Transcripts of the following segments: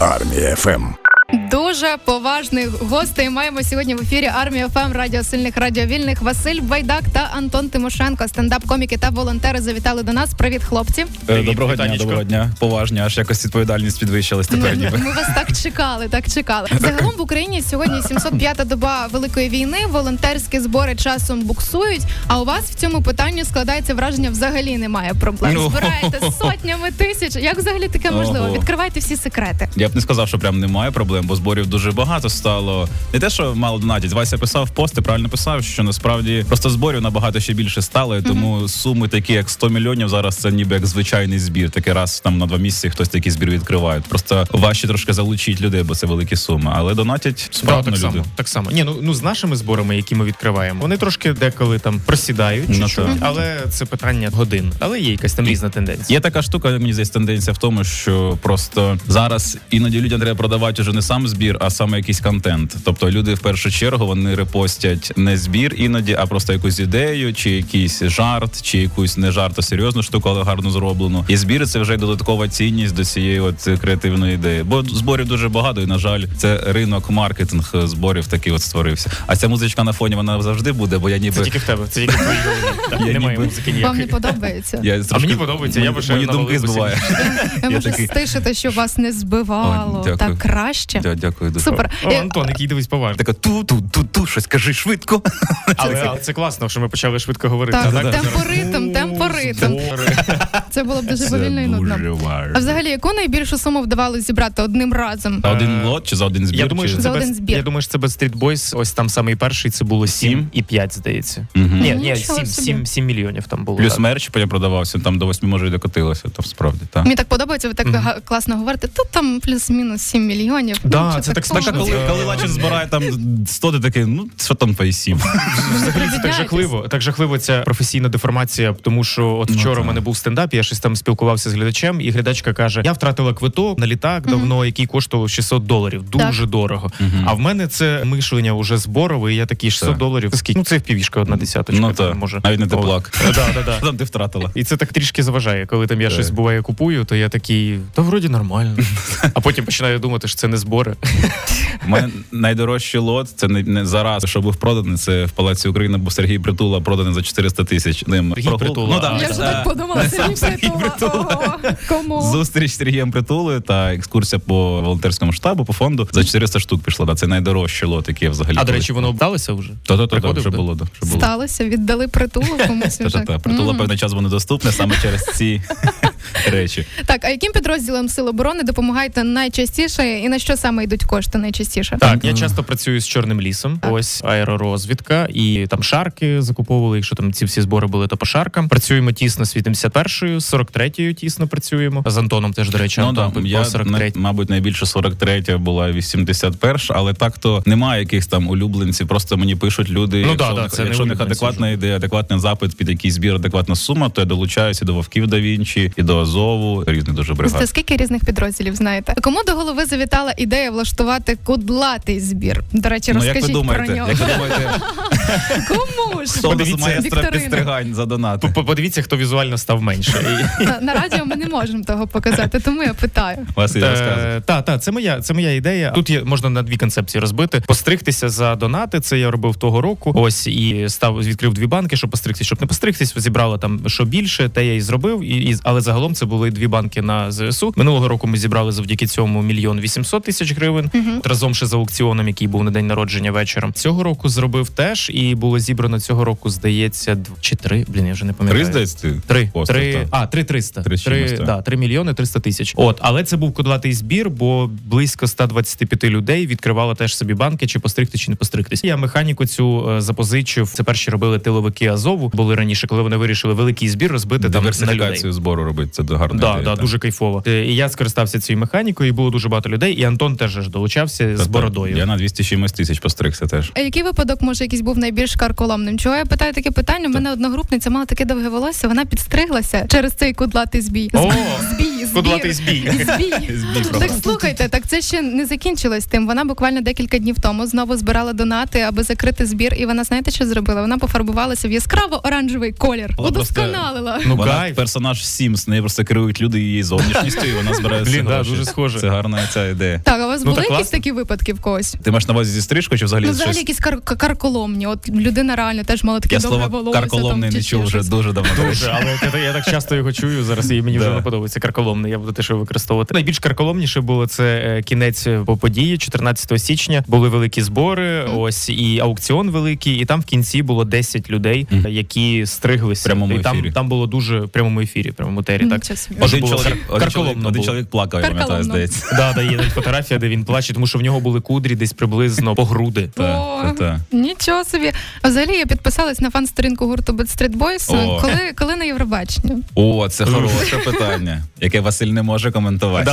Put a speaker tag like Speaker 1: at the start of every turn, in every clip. Speaker 1: Армія ФМ.
Speaker 2: Дуже поважних гостей маємо сьогодні в ефірі Армія ФМ Радіо Сильних Радіо Вільних Василь Байдак та Антон Тимошенко. Стендап-коміки та волонтери завітали до нас. Привіт, хлопці.
Speaker 3: Привіт,
Speaker 4: Е, доброго
Speaker 3: вітанечко.
Speaker 4: дня, доброго дня. Поважні, аж якось відповідальність підвищилась тепер.
Speaker 2: Ми,
Speaker 4: Ніби
Speaker 2: ми вас так чекали, так чекали. Загалом в Україні сьогодні 705-та доба великої війни. Волонтерські збори часом буксують. А у вас в цьому питанні складається враження, взагалі немає проблем.
Speaker 4: Ну.
Speaker 2: Збираєте сотнями тисяч. Як взагалі таке можливо?
Speaker 4: Ого.
Speaker 2: Відкривайте всі секрети.
Speaker 4: я б не сказав, що прям немає проблем, бо зборів дуже багато стало. Не те, що мало донатять. Вася писав пост і правильно писав, що насправді просто зборів набагато ще більше стало. І тому суми такі, як 100 мільйонів, зараз це ніби як звичайний збір. Такий раз там на два місяці хтось такий збір відкриває. Просто важче трошки залучити людей, бо це великі суми. Але донатять
Speaker 3: Да,
Speaker 4: справді
Speaker 3: так
Speaker 4: люди.
Speaker 3: само, так само. Ні, ну, ну з нашими зборами, які ми відкриваємо, вони трошки деколи там просідають,
Speaker 4: Ну,
Speaker 3: чуть-чуть,
Speaker 4: так.
Speaker 3: але це питання годин. Але є якась там різна тенденція.
Speaker 4: Є така штука, мені здається, тенденція в тому, що просто зараз іноді людям треба продавати вже не сам збір, а саме якийсь контент. Тобто люди в першу чергу вони репостять не збір іноді, а просто якусь ідею, чи якийсь жарт, чи якусь не жарт, а серйозну штуку, але гарно зроблену. І збір це вже й додаткова цінність до цієї от креативної ідеї. Бо зборів дуже багато, і на жаль, це ринок маркетинг е, зборів такий от створився. А ця музичка на фоні вона завжди буде, бо я
Speaker 3: Це
Speaker 4: ніби
Speaker 3: тільки в тебе, це тільки в твоїй голові. Так,
Speaker 4: Я
Speaker 3: Немає
Speaker 4: ніби-
Speaker 3: музики
Speaker 2: Вам не
Speaker 3: ніякої.
Speaker 2: подобається.
Speaker 4: я трошки-
Speaker 3: мені подобається, я би ще
Speaker 4: мої думки
Speaker 3: навалив усім.
Speaker 4: збиває.
Speaker 2: Я можу
Speaker 4: такий-
Speaker 2: стишити, що вас не збивало.
Speaker 4: О, дякую.
Speaker 2: так краще.
Speaker 4: Дя- Дякую дуже.
Speaker 2: Супер.
Speaker 3: О,
Speaker 2: Е,
Speaker 3: Антон, який дивись поважно.
Speaker 4: Така ту-ту-ту-ту, щось кажи швидко.
Speaker 3: Але, але це класно, що ми почали швидко говорити.
Speaker 2: Так,
Speaker 3: А
Speaker 4: да,
Speaker 2: темпоритм, темпоритм.
Speaker 3: збори.
Speaker 2: Е, Це було б дуже повільно і нудно. А взагалі, яку найбільшу суму вдавалося зібрати одним разом?
Speaker 4: За один лот чи за один збір?
Speaker 3: Я думаю,
Speaker 4: чи...
Speaker 3: що
Speaker 2: За
Speaker 3: це
Speaker 2: один
Speaker 3: без
Speaker 2: збір.
Speaker 3: я думаю, що це без Street Boys. Ось там самий перший це було 7
Speaker 4: Сім?
Speaker 3: і 5, здається.
Speaker 4: Мгм.
Speaker 3: Ні,
Speaker 2: Нічого
Speaker 3: ні,
Speaker 2: собі.
Speaker 3: 7, 7, 7 мільйонів там було.
Speaker 4: Плюс
Speaker 3: так.
Speaker 4: мерч потім продавався, там до восьми може і докотилося, то справді так.
Speaker 2: Мені так подобається, ви так
Speaker 3: Мгм.
Speaker 2: га- класно говорите. Тут там плюс-мінус 7 мільйонів.
Speaker 3: Да,
Speaker 2: Ну,
Speaker 3: це
Speaker 2: можна?
Speaker 3: так
Speaker 4: Так, а
Speaker 3: смачно.
Speaker 4: коли, коли Лачин збирає там 100, ти такий, ну що там по і сім?
Speaker 3: Взагалі це так
Speaker 2: Придивляйтесь.
Speaker 3: жахливо. Так жахливо ця професійна деформація, тому що от
Speaker 4: Ну,
Speaker 3: вчора
Speaker 4: так.
Speaker 3: в мене був стендап, я щось там спілкувався з глядачем, і глядачка каже: Я втратила квиток на літак давно, який коштував 600 доларів. Дуже дорого. А в мене це мишлення уже зборове. І я такий 600
Speaker 4: Так.
Speaker 3: доларів. Це скільки? Ну це впівішка одна десяточка.
Speaker 4: Ну
Speaker 3: там,
Speaker 4: так,
Speaker 3: може
Speaker 4: навіть не теплак.
Speaker 3: Да, да, да.
Speaker 4: Що там ти втратила?
Speaker 3: І це так трішки заважає, коли там я
Speaker 4: Так.
Speaker 3: щось буває купую, то я такий, та вроді нормально. А потім починаю думати, що це не збори.
Speaker 4: У мене найдорожчий лот, це не, не зараз, що був проданий, це в Палаці України, бо Сергій Притула проданий за 400 тисяч. Ним
Speaker 3: Сергій
Speaker 4: прогул-
Speaker 3: Притула.
Speaker 4: Ну, да,
Speaker 2: Я
Speaker 4: да.
Speaker 2: вже так подумала, Сергій Притула. Ого, Кому?
Speaker 4: Зустріч з Сергієм Притулою та екскурсія по волонтерському штабу по фонду за 400 штук пішла. Да, це найдорожчий лот, який я взагалі.
Speaker 3: А до речі, воно вдалося вже.
Speaker 4: то то то
Speaker 3: приходив,
Speaker 4: вже
Speaker 3: да?
Speaker 4: було да, вже було.
Speaker 2: Сталося, віддали притулу комусь.
Speaker 4: Та,
Speaker 2: вже.
Speaker 4: та, та. Притула
Speaker 2: Мгм.
Speaker 4: певний час було недоступне саме через ці речі.
Speaker 2: Так, а яким підрозділам Сил оборони допомагаєте найчастіше і на що саме йдуть кошти найчастіше?
Speaker 3: Так, я часто працюю з чорним лісом. Ось аеророзвідка, і там шарки закуповували. Якщо там ці всі збори були, то по шаркам. Працюємо тісно з 81-ю, з 43-ю тісно працюємо. З Антоном теж, до речі, Антон по
Speaker 4: Ну, я,
Speaker 3: 43
Speaker 4: на- мабуть, найбільше 43 була 81, але так то немає якихось там улюбленців. Просто мені пишуть люди.
Speaker 3: Ну
Speaker 4: якщо
Speaker 3: да,
Speaker 4: у
Speaker 3: да,
Speaker 4: них-
Speaker 3: це не
Speaker 4: якщо у них
Speaker 3: улюбленці
Speaker 4: адекватна ідея, адекватний запит під якийсь збір, адекватна сума, то я долучаюся до вовків да Вінчі, і до Азову, різних дуже бригад.
Speaker 2: Це скільки різних підрозділів знаєте? Кому до голови завітала ідея влаштувати кудлатий збір? До речі,
Speaker 4: ну як
Speaker 2: розкажіть
Speaker 4: ви думаєте,
Speaker 2: про нього.
Speaker 4: як ви думаєте,
Speaker 2: Кому ж?
Speaker 4: хто у нас маєстра
Speaker 2: Вікторина.
Speaker 4: підстригань за донати?
Speaker 3: П- Подивіться, хто візуально став менше.
Speaker 2: На, на радіо ми не можемо того показати, тому я питаю.
Speaker 4: Василь
Speaker 3: Е,
Speaker 4: розказує.
Speaker 3: Та, та, це моя, це моя ідея. Тут є можна на дві концепції розбити. Постригтися за донати. Це я робив того року. Ось і став відкрив дві банки, щоб постригтися, щоб не постригтись. Зібрала там що більше, те я і зробив. І, і але загалом це були дві банки на ЗСУ. Минулого року ми зібрали завдяки цьому мільйон вісімсот тисяч гривень. От Разом ще за аукціоном, який був на день народження вечором. Цього року зробив теж, і було зібрано цього року, здається, дв- чи три. Блін, я вже не
Speaker 4: Три
Speaker 3: пам'ятаю.
Speaker 4: здається? ти?
Speaker 3: Три,
Speaker 4: Постав,
Speaker 3: три,
Speaker 4: так.
Speaker 3: а, три 300.
Speaker 4: Три
Speaker 3: Три,
Speaker 4: з чимось, так.
Speaker 3: да, 3 мільйони 300 тисяч. От, але це був кудлатий збір, бо близько 125 людей відкривали теж собі банки, чи постригти, чи не постригтись. Я механіку цю е, запозичив. Це перші робили тиловики Азову. Були раніше, коли вони вирішили великий збір розбити там на людей.
Speaker 4: Диверсифікацію збору робити, це гарна
Speaker 3: Да,
Speaker 4: ідея.
Speaker 3: да,
Speaker 4: так.
Speaker 3: дуже кайфово. Е, І я скористався цією механікою, і було дуже багато людей. І Антон теж ж долучався з
Speaker 4: Та-та.
Speaker 3: бородою.
Speaker 4: Тобто Я на 200 чимось тисяч постригся теж.
Speaker 2: А який випадок може якийсь був найбільш карколомним? Чого я питаю таке питання? У мене одногрупниця мала таке довге волосся, вона підстриглася через цей кудлатий збій.
Speaker 3: О!
Speaker 2: Збій, і
Speaker 3: Кудлатий
Speaker 2: збір.
Speaker 3: збій.
Speaker 2: І збій.
Speaker 4: Збій
Speaker 2: Так
Speaker 4: просто.
Speaker 2: слухайте, так це ще не закінчилось тим. Вона буквально декілька днів тому знову збирала донати, аби закрити збір. І вона знаєте, що зробила? Вона пофарбувалася в яскраво оранжевий колір.
Speaker 4: Вона просто-
Speaker 2: Удосконалила.
Speaker 3: Ну,
Speaker 4: вона
Speaker 3: кайф.
Speaker 4: персонаж Сімс, нею просто керують люди її зовнішністю, і вона збирає
Speaker 3: Блін,
Speaker 4: всі
Speaker 3: да,
Speaker 4: гроші.
Speaker 3: дуже схоже.
Speaker 4: Це гарна ця ідея.
Speaker 2: Так, а у вас
Speaker 3: Ну,
Speaker 2: були
Speaker 3: так
Speaker 2: якісь
Speaker 3: класно.
Speaker 2: такі випадки в когось?
Speaker 4: Ти маєш на увазі зі стрижкою чи взагалі
Speaker 2: Ну, взагалі
Speaker 4: щось?
Speaker 2: якісь кар- кар- карколомні. От людина реально теж мала таке
Speaker 4: Я
Speaker 2: добре
Speaker 4: слово
Speaker 2: волосся.
Speaker 4: карколомний
Speaker 2: там,
Speaker 4: не
Speaker 2: чи
Speaker 4: чув
Speaker 2: ще
Speaker 4: вже
Speaker 2: щось.
Speaker 4: дуже давно.
Speaker 3: Дуже, але от я- я так часто його чую. Зараз і мені вже
Speaker 4: Да.
Speaker 3: не подобається карколомне. Я буду теж його використовувати. Найбільш карколомніше було це е, кінець по події, 14 січня. Були великі збори,
Speaker 2: Мгм.
Speaker 3: ось і аукціон великий. І там в кінці було 10 людей,
Speaker 4: Мгм.
Speaker 3: е, які стриглися.
Speaker 4: В прямому
Speaker 3: і там,
Speaker 4: ефірі.
Speaker 3: там було дуже в прямому ефірі, в прямому тері.
Speaker 2: М,
Speaker 3: Так
Speaker 2: чесно.
Speaker 3: Може,
Speaker 4: Один
Speaker 3: було
Speaker 4: чоловік,
Speaker 3: кар-
Speaker 4: один
Speaker 3: карколомно
Speaker 4: чоловік, один
Speaker 3: було.
Speaker 4: чоловік плакав, я пам'ятаю,
Speaker 2: Карколомно.
Speaker 4: здається.
Speaker 3: Да, да, є навіть фотографія, де він плаче, тому що в нього були кудрі десь приблизно по груди.
Speaker 4: Та, та, та.
Speaker 2: Нічого собі. А Взагалі я підписалась на фан-сторінку гурту Bad Street Boys.
Speaker 4: О.
Speaker 2: Коли, коли на Євробачення?
Speaker 4: О, це хороше питання, яке Василь не може коментувати.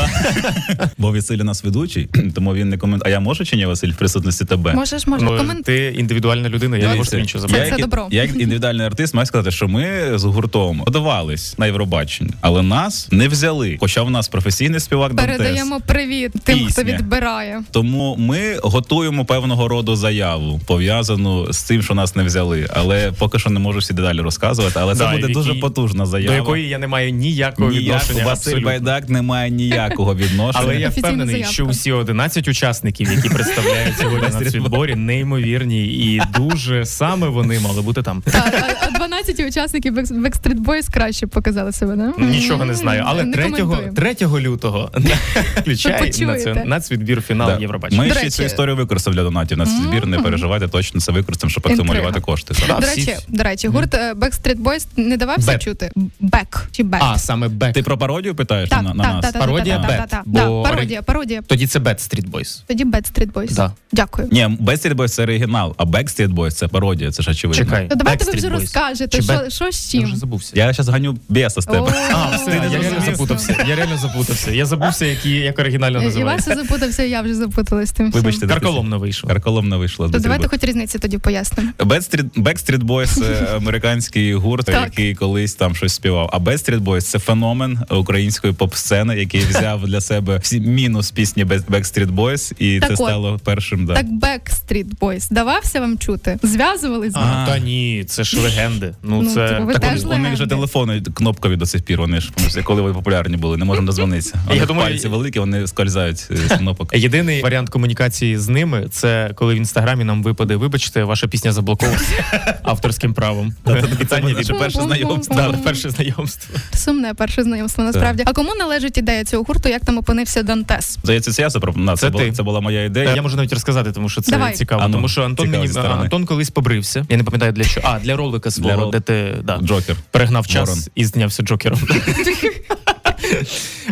Speaker 4: Бо Василь у нас ведучий, тому він не коментує. А я можу чи ні, Василь, в присутності тебе?
Speaker 2: Можеш, можеш.
Speaker 3: Ну,
Speaker 2: Комент...
Speaker 3: ти індивідуальна людина, я
Speaker 4: Дивіться,
Speaker 3: не можу тобі нічого
Speaker 4: я
Speaker 3: забрати.
Speaker 2: Це-
Speaker 4: як-
Speaker 2: це добро.
Speaker 4: Я як індивідуальний артист маю сказати, що ми з гуртом подавались на Євробачення, але нас не взяли. Хоча в нас професійний співак Дантес.
Speaker 2: Передаємо привіт тим, хто
Speaker 4: Пісня.
Speaker 2: відбирає.
Speaker 4: Тому ми готуємо певного роду заяву, пов'язану з тим, що нас не взяли. Але поки що не можу всі деталі розказувати. Але це
Speaker 3: Да, і
Speaker 4: буде
Speaker 3: в
Speaker 4: дуже
Speaker 3: якій-
Speaker 4: потужна заява.
Speaker 3: До якої я не маю ніякого
Speaker 4: Ніякого
Speaker 3: відношення.
Speaker 4: Василь
Speaker 3: абсолютно.
Speaker 4: Байдак не має ніякого відношення.
Speaker 3: Але я
Speaker 2: Офіційна
Speaker 3: впевнений,
Speaker 2: заявка.
Speaker 3: що усі 11 учасників, які представляють сьогодні на світборі, неймовірні і дуже саме вони мали бути там.
Speaker 2: А, а- а 12 учасників Back- Backstreet Boys краще показали себе, да?
Speaker 3: Нічого не знаю, але
Speaker 2: Не
Speaker 3: 3,
Speaker 2: коментую.
Speaker 3: 3 лютого включає
Speaker 2: почуєте.
Speaker 3: наці- нацвідбір
Speaker 4: Да.
Speaker 3: фінал Євробачення.
Speaker 4: Ми
Speaker 2: До
Speaker 4: ще
Speaker 2: речі-
Speaker 4: цю історію використав для донатів. на цей збір не переживайте, точно це використаємо, щоб акумулювати
Speaker 2: Інтрига.
Speaker 4: кошти.
Speaker 3: Да,
Speaker 2: До
Speaker 3: всі-
Speaker 2: речі, до речі, гурт е, Backstreet Boys не давався
Speaker 3: Бек.
Speaker 2: чути. Бек чи бек.
Speaker 3: А, саме Бек.
Speaker 4: Ти про пародію питаєш
Speaker 2: так,
Speaker 4: на, на
Speaker 2: так,
Speaker 4: нас?
Speaker 2: так, так,
Speaker 3: Пародія
Speaker 2: так, так,
Speaker 3: Бет,
Speaker 2: так,
Speaker 3: бо-
Speaker 2: так, пародія, пародія.
Speaker 3: Тоді це Бет Стріт Бойс.
Speaker 2: Тоді Backstreet Boys.
Speaker 3: Да.
Speaker 2: Дякую.
Speaker 4: Ні, Backstreet Boys це оригінал, а Backstreet Boys це пародія, це ж очевидно.
Speaker 3: Чекай.
Speaker 2: То Ну, давайте ви вже
Speaker 3: Backstreet Boys.
Speaker 2: розкажете,
Speaker 3: Чи
Speaker 2: що,
Speaker 3: Бек?
Speaker 2: що з
Speaker 3: Я вже
Speaker 2: чим.
Speaker 3: забувся.
Speaker 4: Я зараз ганю біса з тебе.
Speaker 2: О,
Speaker 3: А, все, я
Speaker 2: зрозумів.
Speaker 3: реально запутався. Я реально запутався. Я забувся, які- як оригінально
Speaker 2: І вас
Speaker 3: називається.
Speaker 2: запутався, я вже запуталась тим. всім.
Speaker 4: Вибачте,
Speaker 3: Карколом не вийшов.
Speaker 4: Карколом не вийшло.
Speaker 2: То давайте хоч різниці тоді пояснимо.
Speaker 4: Backstreet, Backstreet Boys це американський гурт,
Speaker 2: Так.
Speaker 4: який колись там щось співав. А Backstreet Boys це феномен української поп-сцени, який взяв для себе всі мінус пісні Back- Backstreet Boys, і
Speaker 2: Так
Speaker 4: це
Speaker 2: от.
Speaker 4: стало першим. Да.
Speaker 2: Так, Backstreet Boys, давався вам чути? Зв'язувались з ним?
Speaker 4: А.
Speaker 3: Та ні, це ж легенди. Ну
Speaker 2: Ну,
Speaker 3: це
Speaker 2: типу, ви
Speaker 3: Так
Speaker 4: Так
Speaker 2: теж
Speaker 4: у, у них же
Speaker 2: легенди.
Speaker 4: телефони кнопкові до сих пір. Вони ж коли вони популярні були, не можемо дозвонитися.
Speaker 3: Я
Speaker 4: Вони Я
Speaker 3: думаю,
Speaker 4: пальці великі, вони скользають е, з кнопок.
Speaker 3: Єдиний варіант комунікації з ними це коли в інстаграмі нам випаде, вибачте, ваша пісня заблокована авторським правом. Питання від
Speaker 4: наше перше знайомство.
Speaker 3: Да, перше знайомство.
Speaker 2: Сумне перше знайомство насправді. А кому належить ідея цього гурту? Як там опинився Дантес?
Speaker 4: Здається, це я запропонував.
Speaker 3: Це
Speaker 4: Це, була-
Speaker 3: ти. Е,
Speaker 4: це була моя ідея.
Speaker 3: Я можу навіть розказати, тому що це
Speaker 2: Давай.
Speaker 3: цікаво.
Speaker 4: А ну,
Speaker 3: тому що Антон
Speaker 4: цікаво
Speaker 3: мені
Speaker 4: зі сторони.
Speaker 3: Антон колись побрився. Я не пам'ятаю для чого. А для ролика свого,
Speaker 4: рол-
Speaker 3: де ти да.
Speaker 4: Джокер.
Speaker 3: перегнав час
Speaker 4: Ворон.
Speaker 3: і знявся Джокером.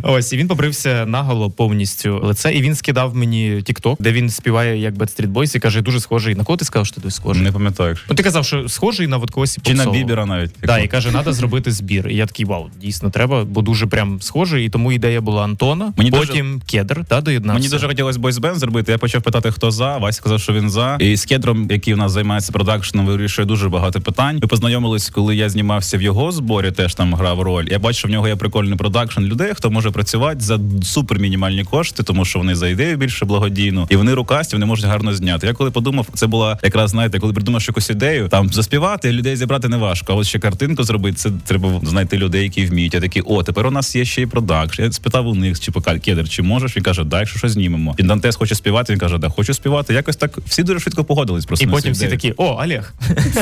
Speaker 3: Ось і він побрився наголо повністю лице, і він скидав мені тікток, де він співає як Bad Street Boys і каже, дуже схожий. На кого ти сказав, що ти дуже схожий?
Speaker 4: Не пам'ятаю. якщо-
Speaker 3: Ну, ти казав, що схожий на от когось і
Speaker 4: Чи на
Speaker 3: попсового.
Speaker 4: Бібера навіть.
Speaker 3: Да, і каже, треба зробити збір. І я такий вау, дійсно треба, бо дуже прям схожий. І тому ідея була Антона.
Speaker 4: Мені дуже-
Speaker 3: потім кедр та доєднався.
Speaker 4: Мені дуже хотілося бойсбен зробити. Я почав питати, хто за. Вася сказав, що він за. І з кедром, який в нас займається продакшеном, вирішує дуже багато питань. Ми познайомились, коли я знімався в його зборі, теж там грав роль. Я бачу, що в нього є прикольний продакшн людей, хто може працювати за супер мінімальні кошти, тому що вони за ідею більше благодійно, і вони рукасті, вони можуть гарно зняти. Я коли подумав, це була якраз знаєте, коли придумаєш якусь ідею, там заспівати людей зібрати не важко. А от ще картинку зробити, це треба знайти людей, які вміють. Я такий, о, тепер у нас є ще й продакшн. Я спитав у них, чи пока кедр, чи можеш? Він каже, да, якщо що знімемо. І Дантес хоче співати. Він каже, да, хочу співати. Якось так всі дуже швидко погодились. Просто
Speaker 3: І
Speaker 4: на цю
Speaker 3: потім всі
Speaker 4: ідею.
Speaker 3: такі: о, Олег.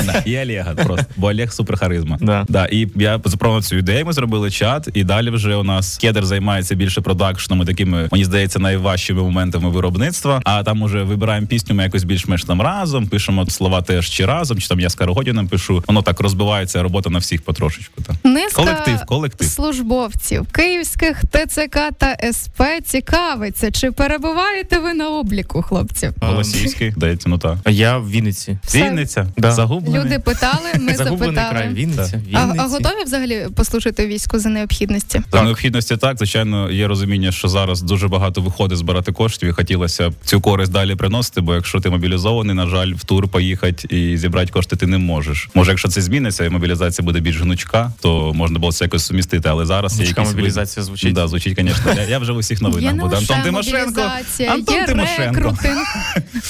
Speaker 4: Да, і Олега просто, бо Олег супер харизма.
Speaker 3: Да.
Speaker 4: і я запропонував цю ідею. Ми зробили чат, і далі вже у нас кедр займається більше продакшном, і такими, мені здається, найважчими моментами виробництва. А там уже вибираємо пісню, ми якось більш-менш там разом, пишемо слова теж чи разом, чи там я з Карагодіним пишу. Воно так розбивається робота на всіх потрошечку. Так.
Speaker 2: Низка
Speaker 4: Колектив, колектив.
Speaker 2: службовців київських ТЦК та СП цікавиться, чи перебуваєте ви на обліку, хлопці?
Speaker 4: Голосівський, здається, ну так.
Speaker 3: Я в Вінниці.
Speaker 2: Все.
Speaker 4: Вінниця,
Speaker 3: Да.
Speaker 4: загублений.
Speaker 2: Люди питали, ми
Speaker 3: Загублений край.
Speaker 2: запитали.
Speaker 3: Вінниця.
Speaker 4: Так.
Speaker 2: А,
Speaker 3: Вінниці.
Speaker 2: а готові взагалі послужити війську за необхідності?
Speaker 4: За необхідності так, звичайно, є розуміння, що зараз дуже багато виходить збирати коштів, і хотілося б цю користь далі приносити. Бо якщо ти мобілізований, на жаль, в тур поїхати і зібрати кошти ти не можеш. Може, якщо це зміниться і мобілізація буде більш гнучка, то можна було це якось сумістити. Але зараз є
Speaker 3: Гнучка
Speaker 4: якісь ви-
Speaker 3: мобілізація звучить.
Speaker 4: Да, звучить, звісно. Я, я вже у всіх новинах
Speaker 2: Є не
Speaker 4: буду.
Speaker 2: лише
Speaker 4: Антон Тимошенко.
Speaker 2: мобілізація,
Speaker 4: Антон
Speaker 2: є
Speaker 4: Тимошенко.
Speaker 2: рекрутинг.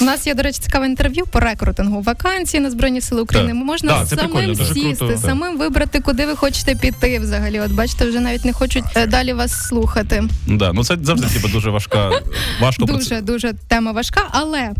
Speaker 2: У нас є, до речі, цікаве інтерв'ю по рекрутингу. Вакансії на Збройні Сили України.
Speaker 4: Так.
Speaker 2: Можна
Speaker 3: Да, це прикольно,
Speaker 2: самим
Speaker 3: дуже
Speaker 2: сісти,
Speaker 3: круто. Так.
Speaker 2: самим вибрати, куди ви хочете піти взагалі. От бачите, вже навіть не хочуть е, далі вас слухати.
Speaker 4: Да, ну це завжди типу, дуже важка. Важко про це-
Speaker 2: Дуже дуже тема важка, але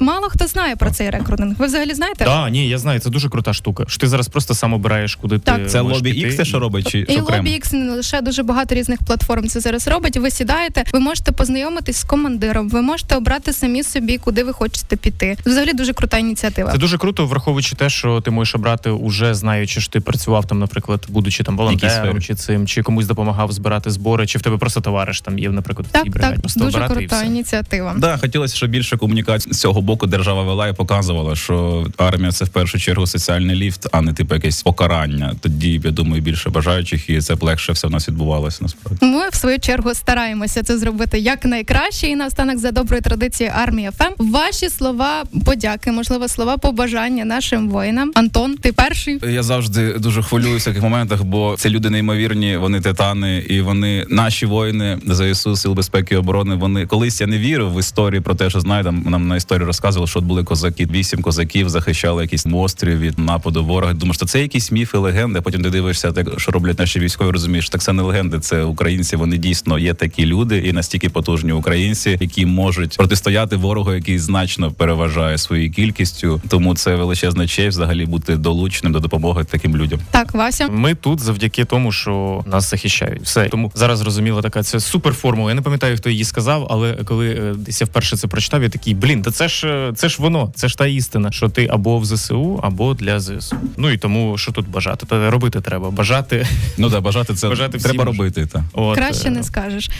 Speaker 2: мало хто знає про цей рекрутинг. Ви взагалі знаєте?
Speaker 3: Да, ні, я знаю, це дуже крута штука. Що ти зараз просто сам обираєш, куди ти
Speaker 2: Так.
Speaker 4: Це
Speaker 3: можеш
Speaker 4: лобі
Speaker 3: піти.
Speaker 4: X, те, що робить, чи
Speaker 2: І
Speaker 4: що окремо?
Speaker 2: LobbyX не лише дуже багато різних платформ це зараз робить. Ви сідаєте, ви можете познайомитись з командиром, ви можете обрати самі собі, куди ви хочете піти. Взагалі дуже крута ініціатива.
Speaker 3: Це дуже круто, враховуючи те, що ти можеш обрати уже знаючи, що ти працював там, наприклад, будучи там волонтером
Speaker 4: сфері?
Speaker 3: чи цим, чи комусь допомагав збирати збори, чи в тебе просто товариш там є, наприклад, в цій
Speaker 2: Так,
Speaker 3: бригаді.
Speaker 2: так,
Speaker 3: Просто
Speaker 2: дуже
Speaker 3: обирати і
Speaker 2: крута
Speaker 3: все.
Speaker 2: ініціатива.
Speaker 4: Да, хотілося, щоб більше комунікацій з цього боку держава вела і показувала, що армія це в першу чергу соціальний ліфт, а не типу якесь покарання. Тоді б, я думаю, більше бажаючих, і це б легше все в нас відбувалося насправді.
Speaker 2: Ми в свою чергу стараємося це зробити як найкраще. І наостанок за доброї традиції армія ФМ. Ваші слова подяки, можливо, слова побажання нашим воїнам. Антон, ти перший.
Speaker 4: Я завжди дуже хвилююся в таких моментах, бо це люди неймовірні, вони титани, і вони наші воїни ЗСУ, Сил безпеки і оборони. Вони колись я не вірив в історії про те, що знаєте, там нам на історію розказували, що от були козаки. Вісім козаків захищали якийсь острів від нападу ворога. Думаєш, що це якісь міфи, легенди. а Потім ти дивишся, так що роблять наші військові. Розумієш, так це не легенди. Це українці. Вони дійсно є такі люди і настільки потужні українці, які можуть протистояти ворогу, який значно переважає своєю кількістю. Тому це величезна честь взагалі бути долученим до допомоги таким людям.
Speaker 2: Так, Вася.
Speaker 3: Ми тут завдяки тому, що нас захищають. Все тому зараз зрозуміла така це супер формула. Я не пам'ятаю, хто її сказав, але коли е, десь я вперше це прочитав, я такий блін, та це ж е, це ж воно, це ж та істина, що ти або в ЗСУ, або для ЗСУ. Ну і тому, що тут бажати, та робити треба. Бажати
Speaker 4: Ну да, бажати це
Speaker 3: Бажати всім
Speaker 4: треба
Speaker 3: ж.
Speaker 4: робити. Та
Speaker 3: От,
Speaker 2: Краще
Speaker 3: е,
Speaker 2: не скажеш.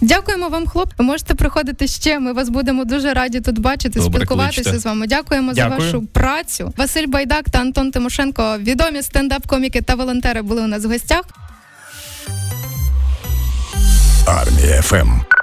Speaker 2: Дякуємо вам, хлоп. Ви можете приходити ще. Ми вас будемо дуже раді тут бачити,
Speaker 4: Добре,
Speaker 2: спілкуватися
Speaker 4: кличте.
Speaker 2: з вами. Дякуємо за
Speaker 3: Дякую.
Speaker 2: вашу працю. Василь Байдак та Антон Тимошенко, відомі стендап-коміки та волонтери були у нас в гостях.
Speaker 1: Армія ФМ.